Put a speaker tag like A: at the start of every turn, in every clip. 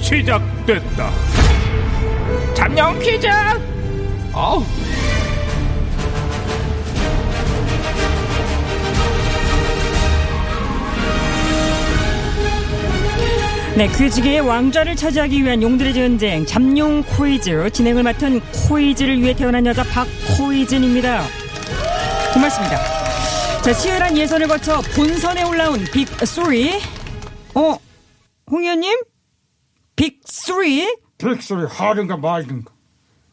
A: 시작됐다. 잠룡 퀴즈! 아우.
B: 네, 퀴즈계의 왕좌를 차지하기 위한 용들의 전쟁 잠룡 코이즈 진행을 맡은 코이즈를 위해 태어난 여자 박코이즈입니다. 고맙습니다. 자, 치열한 예선을 거쳐 본선에 올라온 빅 소리. 어, 홍 의원님? 빅 소리?
C: 빅소리 하든가 말든가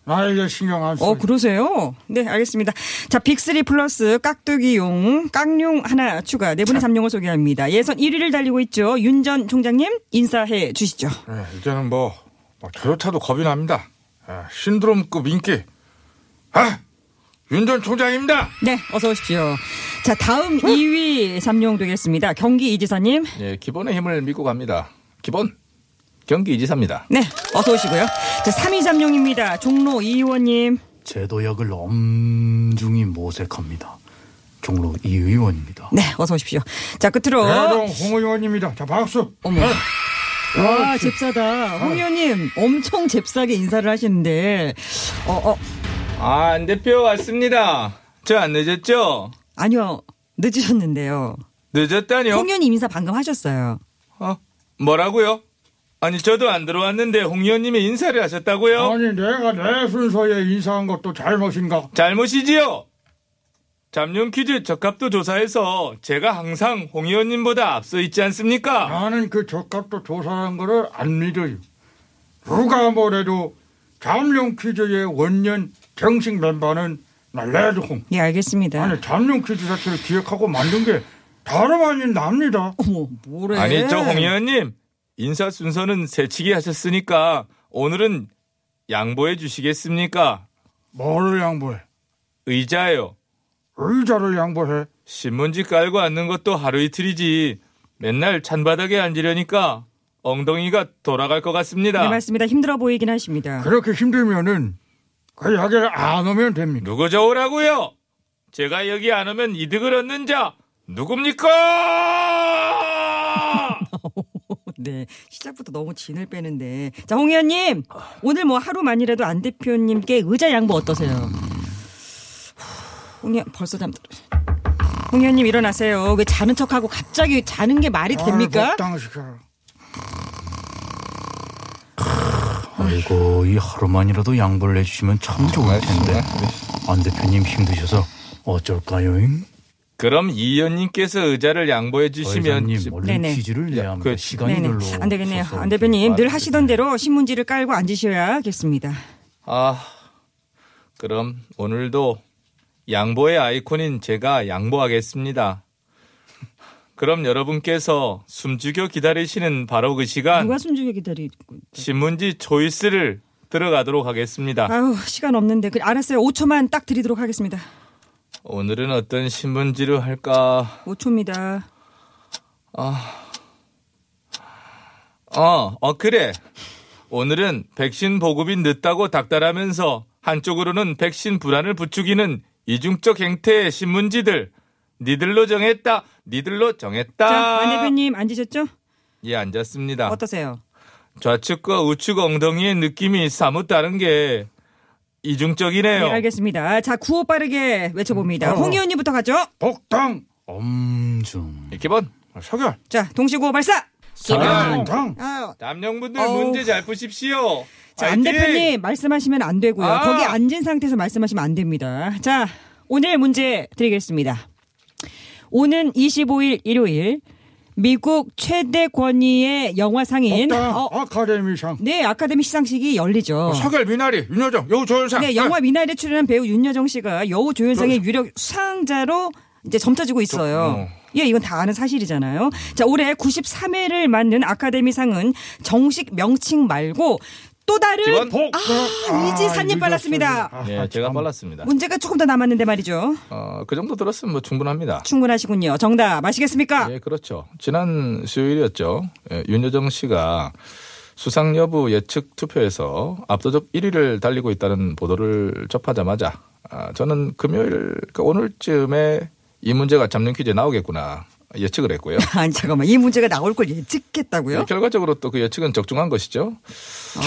C: 나에게 신경 안 써.
B: 어, 그러세요? 네, 알겠습니다. 자, 빅3 플러스 깍두기용, 깍용 하나 추가, 네 분의 잠룡을 소개합니다. 예선 1위를 달리고 있죠. 윤 전 총장님, 인사해 주시죠.
C: 네,
D: 예, 이제는 뭐, 뭐 저조차도 겁이 납니다. 예, 신드롬급 인기. 아, 윤 전 총장입니다.
B: 네, 어서 오십시오. 자, 다음 2위 잠룡 되겠습니다. 경기 이지사님.
E: 예, 기본의 힘을 믿고 갑니다. 기본 경기 이지사입니다.
B: 네, 어서 오시고요. 자, 3위 잠룡입니다. 종로 이 의원님.
F: 제도역을 엄중히 모색합니다. 종로 이 의원입니다.
B: 네, 어서 오십시오. 자, 끝으로.
C: 대동 홍 의원입니다. 자 박수.
B: 어머. 와, 잽싸다. 홍 의원님, 엄청 잽싸게 인사를 하시는데, 어, 어,
E: 아, 안 대표 왔습니다. 저 안 늦었죠?
B: 아니요, 늦으셨는데요.
E: 늦었다니요?
B: 홍 의원님 인사 방금 하셨어요.
E: 어, 뭐라고요? 아니, 저도 안 들어왔는데 홍 의원님이 인사를 하셨다고요?
B: 어?
C: 아니 내가 내 순서에 인사한 것도 잘못인가?
E: 잘못이지요? 잠룡 퀴즈 적합도 조사해서 제가 항상 홍 의원님보다 앞서 있지 않습니까?
C: 나는 그 적합도 조사한 거를 안 믿어요. 누가 뭐래도 잠룡 퀴즈의 원년 정식 멤버는 나 레드홍.
B: 예, 알겠습니다.
C: 아니 잠룡 퀴즈 자체를 기획하고 만든 게 다름 아닌 납니다.
B: 어머, 뭐래.
E: 아니, 저 홍 의원님, 인사 순서는 새치기 하셨으니까 오늘은 양보해 주시겠습니까?
C: 뭐를 양보해?
E: 의자요.
C: 의자를 양보해.
E: 신문지 깔고 앉는 것도 하루 이틀이지. 맨날 찬바닥에 앉으려니까 엉덩이가 돌아갈 것 같습니다.
B: 네, 맞습니다. 힘들어 보이긴 하십니다.
C: 그렇게 힘들면은 그 약을 안 오면 됩니다.
E: 누구 저오라고요? 제가 여기 안 오면 이득을 얻는 자 누굽니까?
B: 네. 시작부터 너무 진을 빼는데. 자, 홍 의원님. 오늘 뭐 하루만이라도 안 대표님께 의자 양보 어떠세요? 홍 의원, 벌써 잠들어. 홍 의원님, 일어나세요. 왜 자는 척하고 갑자기 자는 게 말이
C: 아,
B: 됩니까?
C: 뭐 당시켜라.
F: 아이고 이 하루만이라도 양보를 해주시면 참
E: 음,
F: 좋을 텐데
E: 네.
F: 안 대표님 힘드셔서 어쩔까요잉?
E: 그럼 이 의원님께서 의자를 양보해 주시면
F: 의장님 뭐-
E: 좀-
F: 얼른
B: 네네.
F: 퀴즈를
E: 야,
F: 내야 합니다.
E: 그-
F: 시간이
B: 네네.
F: 별로
B: 안 되겠네요.
F: 없어서
B: 안 대표님,
F: 이렇게
B: 늘 하시던 대로 신문지를 깔고 앉으셔야겠습니다.
E: 아 그럼 오늘도 양보의 아이콘인 제가 양보하겠습니다. 그럼 여러분께서 숨죽여 기다리시는 바로 그 시간
B: 누가 숨죽여 기다리고.
E: 신문지 초이스를 들어가도록 하겠습니다.
B: 아유, 시간 없는데. 그, 알았어요. 5초만 딱 드리도록 하겠습니다.
E: 오늘은 어떤 신문지로 할까?
B: 5초입니다.
E: 어, 어, 그래. 오늘은 백신 보급이 늦다고 닥달하면서 한쪽으로는 백신 불안을 부추기는 이중적 행태의 신문지들. 니들로 정했다. 니들로 정했다.
B: 자, 안 대표님 앉으셨죠?
E: 예, 앉았습니다.
B: 어떠세요?
E: 좌측과 우측 엉덩이의 느낌이 사뭇 다른 게 이중적이네요.
B: 네, 알겠습니다. 자, 구호 빠르게 외쳐봅니다.
C: 어.
B: 홍 의원님부터 가죠.
C: 복당,
F: 엄중
E: 기본.
C: 석열,
B: 자, 동시구호 발사.
E: 기본.
C: 당.
B: 아유.
E: 남녀분들
B: 어우.
E: 문제 잘 푸십시오.
B: 자, 안
E: 화이팅!
B: 대표님 말씀하시면 안 되고요.
E: 아.
B: 거기 앉은 상태에서 말씀하시면 안 됩니다. 자, 오늘 문제 드리겠습니다. 오는 25일 일요일 미국 최대 권위의 영화상인
C: 복당
B: 어,
C: 아카데미상.
B: 네, 아카데미 시상식이
E: 어,
B: 열리죠.
D: 서결 미나리,
E: 아,
C: 네.
D: 윤여정, 여우 조연상.
E: 그렇죠.
B: 네, 영화 미나일에 출연한 배우 윤여정 씨가 여우 조연상의 유력 수상자로 이제 점쳐지고 있어요. 예, 이건 다 아는 사실이잖아요. 자, 올해 93회를 맞는 아카데미상은 정식 명칭 말고 또 다른
E: 기본 복!
B: 아, 이지사님 빨랐습니다.
C: 아,
E: 예, 제가 빨랐습니다.
B: 문제가 조금 더 남았는데 말이죠.
E: 어, 그 정도 들었으면 뭐 충분합니다.
B: 충분하시군요. 정답 아시겠습니까?
E: 예, 그렇죠. 지난 수요일이었죠. 예, 윤여정 씨가 수상 여부 예측 투표에서 압도적 1위를 달리고 있다는 보도를 접하자마자 아, 저는 금요일 그러니까 오늘쯤에 이 문제가 잡는 퀴즈에 나오겠구나 예측을 했고요.
B: 아니 잠깐만 이 문제가 나올 걸 예측했다고요? 아,
E: 예, 결과적으로 또 그 예측은 적중한 것이죠.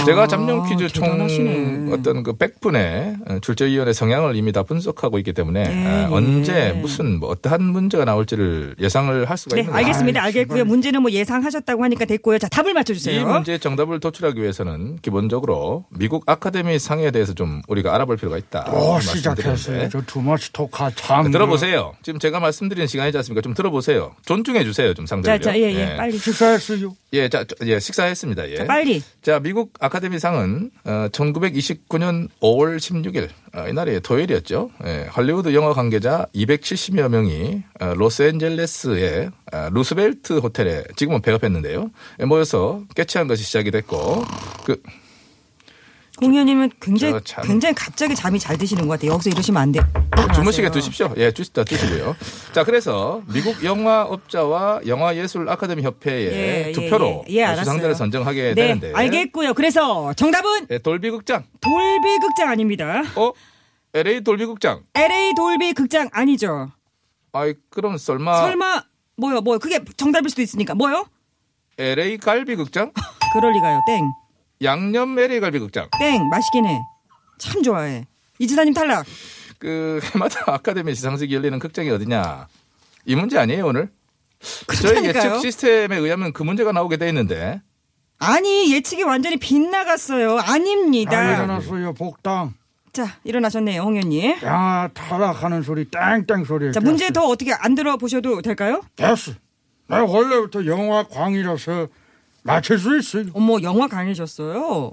E: 제가 잡념 퀴즈 총
B: 대단하시네.
E: 어떤 그 100분의 출제위원회 성향을 이미 다 분석하고 있기 때문에
B: 예,
E: 아,
B: 예.
E: 언제 무슨 뭐 어떠한 문제가 나올지를 예상을 아, 할 수가
B: 네,
E: 있는
B: 알겠습니다. 알겠고요. 문제는 뭐 예상하셨다고 하니까 됐고요. 자, 답을 맞춰주세요.
E: 이 문제의 정답을 도출하기 위해서는 기본적으로 미국 아카데미 상에 대해서 좀 우리가 알아볼 필요가 있다.
B: 어,
C: 또
E: 말씀드리는데.
C: 뭐
E: 네,
C: 시작했어요. 저 두마치 토카 참.
E: 들어보세요. 지금 제가 말씀드리는 시간이지 않습니까? 좀 들어보세요. 존중해 주세요. 좀
B: 자,
E: 상대를. 네.
B: 자, 예, 예,
C: 뭐
B: 빨리.
C: 식사했어요.
E: 예, 자, 저- 예, 식사했습니다. 예.
B: 자, 빨리.
E: 자, 미국 아카데미상은 어, 1929년 5월 16일 어, 이날이 토요일이었죠. 예, 할리우드 영화 관계자 270여 명이 어, 로스앤젤레스의 어, 루스벨트 호텔에 지금은 배합했는데요. 예, 모여서 깨치한 것이 시작이 됐고 그
B: 공연이면 굉장히,
E: 저 참.
B: 굉장히 갑자기 잠이 잘 드시는 것 같아요. 여기서 이러시면 안 돼요.
E: 주무시게
B: 일어나세요.
E: 두십시오. 예, 주시다 두시고요. 자, 그래서 미국 영화업자와 영화예술아카데미협회의
B: 예,
E: 투표로
B: 예, 예. 예, 알았어요.
E: 수상자를 선정하게
B: 네,
E: 되는데
B: 알겠고요. 그래서 정답은
E: 예, 돌비극장,
B: 돌비 극장 아닙니다.
E: 어? LA 돌비극장.
B: LA 돌비 극장 아니죠.
E: 아이 그럼 설마,
B: 설마, 뭐요, 뭐요. 그게 정답일 수도 있으니까. 뭐요?
E: LA 갈비극장?
B: 그럴리가요. 땡.
E: 양념 LA 갈비극장.
B: 땡. 맛있긴 해. 참 좋아해. 이지사님 탈락.
E: 그 해마다 아카데미 시상식이 열리는 극장이 어디냐? 이 문제 아니에요 오늘? 저희 예측
B: 그렇다니까요.
E: 시스템에 의하면 그 문제가 나오게 돼 있는데
B: 아니, 예측이 완전히 빗나갔어요. 아닙니다.
C: 아, 일어났어요. 복당.
B: 자, 일어나셨네요, 홍현님.
C: 야 타락하는 소리 땡땡 소리.
E: 네,
B: 자, 문제 더 어떻게 안 들어보셔도 될까요?
C: 됐어. 내가 원래부터 영화 광이라서 맞힐 수 있어요.
B: 어머, 영화 강해졌어요.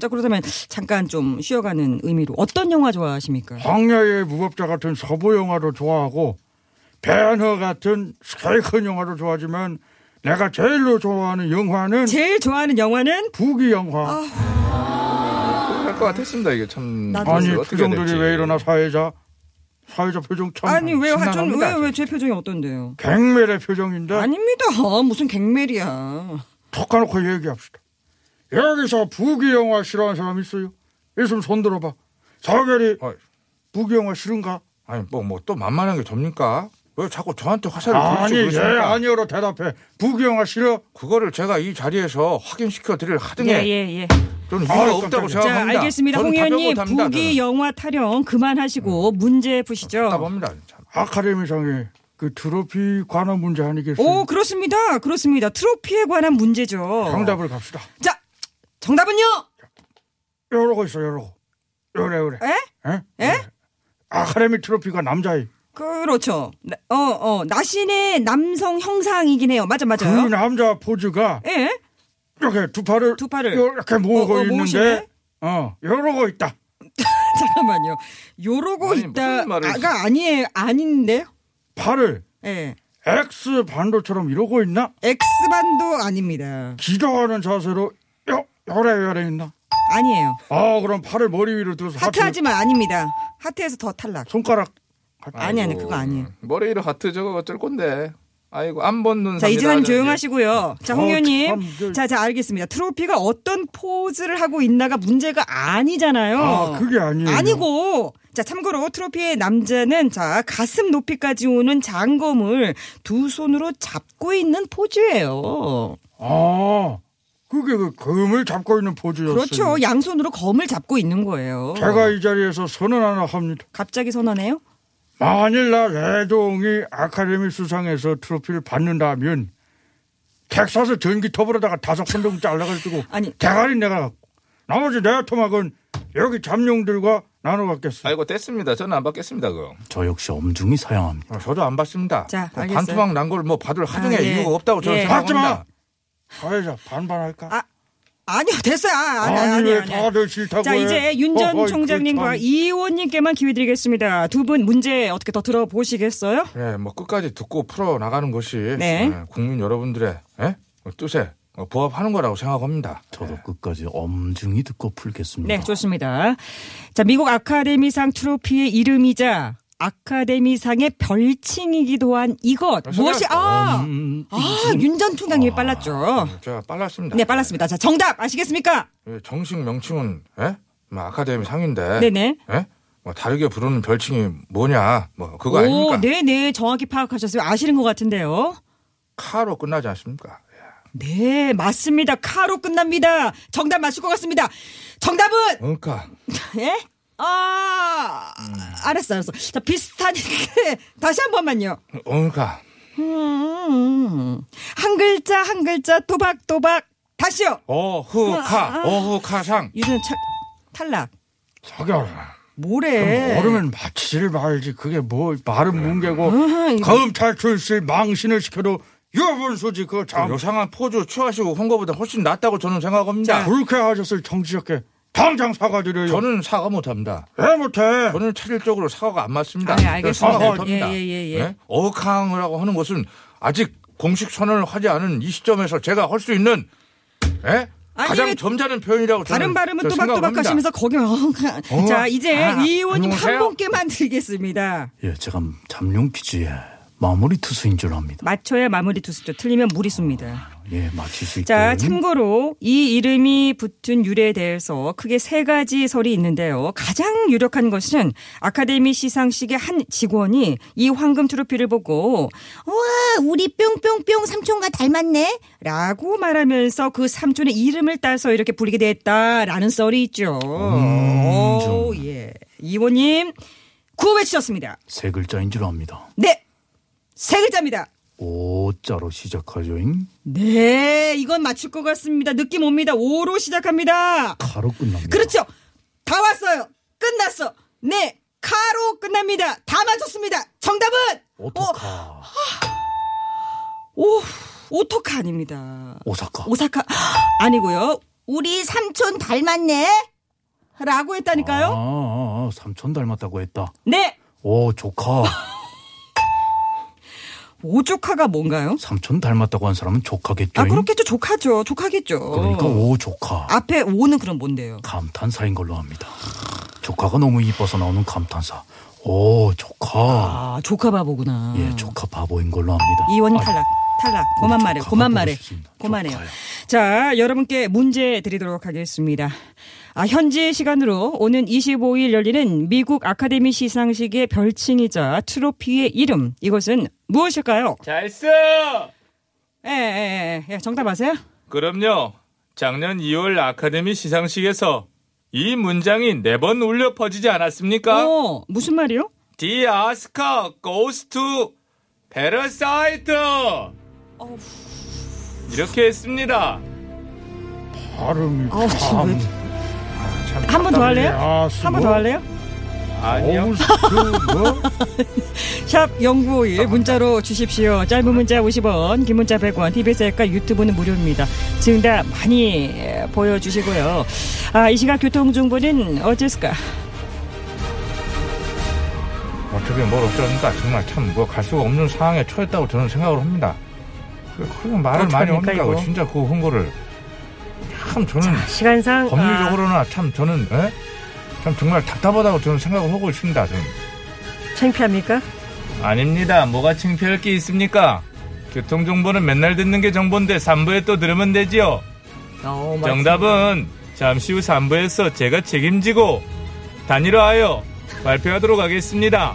B: 자, 그렇다면 잠깐 좀 쉬어가는 의미로 어떤 영화 좋아하십니까?
C: 광야의 무법자 같은 서부 영화도 좋아하고 배너 같은 스케이큰 영화도 좋아하지만 내가 제일로 좋아하는 영화는
B: 제일 아, 좋아하는 영화는
C: 부기 영화.
E: 할 것 같았습니다 이게 참.
B: 나도.
C: 아니
E: 그래서 어떻게 해야
C: 표정들이
E: 될지.
C: 왜 이러나 사회자 사회자 표정 참
B: 아니
C: 신나갑니다.
B: 왜왜제 표정이 어떤데요?
C: 갱멜의 표정인데
B: 아닙니다. 무슨 갱멜이야.
C: 톡 까놓고 얘기합시다 여기서 부기 영화 싫어하는 사람 있어요? 있으면 손 들어봐 사결이
D: 어이.
C: 부기 영화 싫은가?
D: 아니 뭐 뭐 또 만만한 게 접니까? 왜 자꾸 저한테 화살을
C: 아니
D: 돌리시고
C: 예
D: 그러십니까?
C: 아니요로 대답해 부기 영화 싫어?
D: 그거를 제가 이 자리에서 확인시켜 드릴 하등에
B: 예예 예.
D: 저는 이유가
C: 아유,
D: 없다고
C: 깜짝이야.
B: 자,
D: 생각합니다.
B: 알겠습니다.
D: 저는
B: 홍현님
D: 답변 못합니다,
B: 부기 영화 타령 그만하시고 문제
D: 저는.
B: 푸시죠.
D: 답합니다. 참.
C: 아카데미상의 그 트로피 관한 문제 아니겠어요?
D: 음.
B: 오 그- 그렇습니다. 그렇습니다. 트로피에 관한 문제죠.
C: 정답을 갑시다
B: 자, 정답은요?
C: 이러고 있어 이러고 요래 요래
B: 에?
C: 에?
B: 에?
C: 아카데미 트로피가 남자의
B: 그렇죠. 나- 어, 어, 나신의 남성 형상이긴 해요. 맞아,
C: 그
B: 맞아요.
C: 남자 포즈가
B: 예?
C: 이렇게 두 팔을
B: 두 팔을.
C: 이렇게 모으고
B: 어, 어, 모으시네?
C: 있는데 어 이러고 있다.
B: 잠깐만요. 요러고
E: 아니,
B: 있다.
E: 무슨 말을-
B: 아가 아니에요. 아닌데요?
C: 팔을
B: 예.
C: X 반도처럼 이러고 있나?
B: 엑스반도 아닙니다.
C: 기도하는 자세로 여 열에 열에 있나?
B: 아니에요.
C: 아 그럼 팔을 머리 위로 두서 하트,
B: 하트하지만 아닙니다. 하트에서 더 탈락.
C: 손가락
B: 아니, 아니, 네, 그거 아니에요.
E: 음, 머리 위로 하트 저거 어쩔 건데. 아이고 안 벗는
B: 자,
E: 삶이라
B: 이지사님
E: 하는 게.
B: 조용하시고요. 자, 홍
C: 어,
B: 의원님.
C: 참, 저-
B: 자, 자, 알겠습니다. 트로피가 어떤 포즈를 하고 있나가 문제가 아니잖아요.
C: 아, 그게 아니에요.
B: 아니고. 자, 참고로 트로피의 남자는 자, 가슴 높이까지 오는 장검을 두 손으로 잡고 있는 포즈예요.
C: 아 그게 그 금을 잡고 있는 포즈였어요.
B: 그렇죠. 양손으로 검을 잡고 있는 거예요.
C: 제가 이 자리에서 선언 하나 합니다.
B: 갑자기 선언해요?
C: 만일 나 레동이 아카데미 수상에서 트로피를 받는다면 텍사스 전기톱으로다가 다섯 번동 잘라가지고
B: 아니.
C: 대가리 내가 갖고 나머지 내 토막은 여기 잠룡들과 나눠 갖겠어.
E: 아이고 됐습니다. 저는 안 받겠습니다 그거.
F: 저 역시 엄중히 사양합니다.
D: 어, 저도 안 봤습니다.
B: 자,
D: 그
B: 알겠어요.
D: 반투막 난 걸 뭐 받을 하등에
B: 예.
D: 이유가 없다고 저는
B: 예.
D: 생각합니다.
C: 받지 마! 사회자 반반할까?
B: 아, 아니요, 됐어요. 아, 아니,
C: 아니,
B: 아니,
C: 왜
B: 아니.
C: 다들 싫다고
B: 자,
C: 해?
B: 이제 윤 전
C: 어허이,
B: 총장님과
C: 그 참.
B: 이 의원님께만 기회 드리겠습니다. 두 분 문제 어떻게 더 들어보시겠어요?
D: 네, 뭐 끝까지 듣고 풀어 나가는 것이
B: 네.
D: 예, 국민 여러분들의 예? 어, 뜻에 어, 부합하는 거라고 생각합니다.
F: 저도
E: 네.
F: 끝까지 엄중히 듣고 풀겠습니다.
B: 네, 좋습니다. 자, 미국 아카데미상 트로피의 이름이자 아카데미상의 별칭이기도 한 이것 무엇이 아, 아, 윤 전 총장님이 빨랐죠.
D: 예, 제가 빨랐습니다.
B: 네, 빨랐습니다. 자, 정답 아시겠습니까?
D: 예, 정식 명칭은 예? 뭐 아카데미 상인데
B: 네네.
D: 예? 뭐 다르게 부르는 별칭이 뭐냐? 뭐 그거
B: 오,
D: 아닙니까?
B: 네, 네, 정확히 파악하셨어요. 아시는 것 같은데요.
D: 카로 끝나지 않습니까? 예.
B: 네, 맞습니다. 카로 끝납니다. 정답 맞출 것 같습니다. 정답은
D: 그러니까
B: 예? 아,
D: 음.
B: 알았어, 알았어. 자, 비슷한데 다시 한 번만요.
D: 그러니까
B: 음, 한 글자 한 글자 또박또박 다시요. 아,
D: 어후카 어후카상
B: 유준 차, 탈락.
C: 사겨라.
B: 뭐래?
C: 얼음은 맞히질 말지. 그게 뭐 말은 뭉개고
B: 아, 이거-
C: 검찰 출신 망신을 시켜도 유분수지 그거 참
D: 아, 어, 요상한 포즈 취하시고 한 거보다 훨씬 낫다고 저는 생각합니다.
C: 불쾌하셨을 정치적게 당장 사과드려요.
D: 저는 사과 못합니다.
C: 왜 못해?
D: 저는 차질적으로 사과가 안 맞습니다.
B: 아, 예, 알겠습니다.
D: 사과 못합니다. 네?
B: 예, 예, 예, 예.
D: 어강이라고 하는 것은 아직 공식 선언을 하지 않은 이 시점에서 제가 할 수 있는 예?
B: 아니,
D: 가장
B: 왜
D: 점잖은 표현이라고
B: 다른
D: 저는
B: 발음은
D: 저
B: 또박또박
D: 생각합니다.
B: 하시면서 거기 어, 자 이제
D: 아,
B: 이 의원님 한
D: 안녕하세요.
B: 분께만 드리겠습니다.
F: 예, 제가 잠룡 퀴즈의 마무리 투수인 줄 압니다.
B: 맞춰야 마무리 두수죠. 틀리면 무리수입니다.
F: 예, 마칠 수 있게.
B: 자, 참고로 이 이름이 붙은 유래에 대해서 크게 세 가지 설이 있는데요. 가장 유력한 것은 아카데미 시상식의 한 직원이 이 황금 트로피를 보고 와, 우리 뿅뿅뿅 삼촌과 닮았네? 라고 말하면서 그 삼촌의 이름을 따서 이렇게 부르게 됐다라는 썰이 있죠. 오, 예. 이호님, 구호 외치셨습니다.
F: 세 글자인 줄 압니다.
B: 네. 세 글자입니다.
F: 오자로 시작하죠잉.
B: 네, 이건 맞출 것 같습니다. 느낌 옵니다. 5로 시작합니다.
F: 가로 끝납니다.
B: 그렇죠. 다 왔어요. 끝났어. 네, 카로 끝납니다. 다 맞췄습니다. 정답은
F: 오토카,
B: 오, 오토카 아닙니다.
F: 오사카.
B: 오사카 아니고요. 우리 삼촌 닮았네. 라고
F: 아,
B: 했다니까요.
F: 아, 아, 삼촌 닮았다고 했다.
B: 네,
F: 오 조카.
B: 오조카가 뭔가요?
F: 삼촌 닮았다고 한 사람은 조카겠죠.
B: 아, 어. 그렇겠죠. 조카죠. 조카겠죠.
F: 그러니까 오 조카.
B: 앞에 오는 그럼 뭔데요?
F: 감탄사인 걸로 합니다. 조카가 너무 이뻐서 나오는 감탄사. 오 조카.
B: 아, 조카 바보구나.
F: 예, 조카 바보인 걸로 합니다.
B: 이원
F: 아이,
B: 탈락. 탈락. 그만 말해.
F: 조카가
B: 그만
F: 보고
B: 말해.
F: 싶습니다.
B: 그만해요.
F: 조카요.
B: 자, 여러분께 문제 드리도록 하겠습니다. 아, 현지 시간으로 오는 25일 열리는 미국 아카데미 시상식의 별칭이자 트로피의 이름. 이것은 무엇일까요?
E: 잘써
B: 예, 예, 예. 예, 정답 아세요?
E: 그럼요. 작년 2월 아카데미 시상식에서 이 문장이 네 번 울려 퍼지지 않았습니까?
B: 어, 무슨 말이요?
E: The Oscar goes to Parasite. 이렇게 했습니다.
C: 발음이
B: 아우, 지금 왜-
C: 참.
B: 한 번 더 할래요?
C: 아,
B: 한 번 더 할래요?
E: 아니요.
B: 샵 0951 문자로 주십시오. 짧은 문자 50원, 긴 문자 100원, TBS 앱과 유튜브는 무료입니다. 증답 많이 보여주시고요. 아, 이 시각 교통정보는 어째스까?
D: 어떻게 뭘 어쩌니까 정말 참 뭐 갈 수가 없는 상황에 처했다고 저는 생각을 합니다. 그- 그냥 말을 많이
B: 어떡합니까,
D: 합니다. 고
B: 이거?
D: 진짜 그 홍보를 참 저는
B: 시간상.
D: 법률적으로나 참 저는 예? 참 정말 답답하다고 저는 생각을 하고 있습니다. 저는.
B: 아, 창피합니까?
E: 아닙니다. 뭐가 창피할 게 있습니까? 교통 정보는 맨날 듣는 게 정보인데 3부에 또 들으면 되지요.
D: 어,
E: 정답은 잠시 후 3부에서 제가 책임지고 단일화하여 발표하도록 하겠습니다.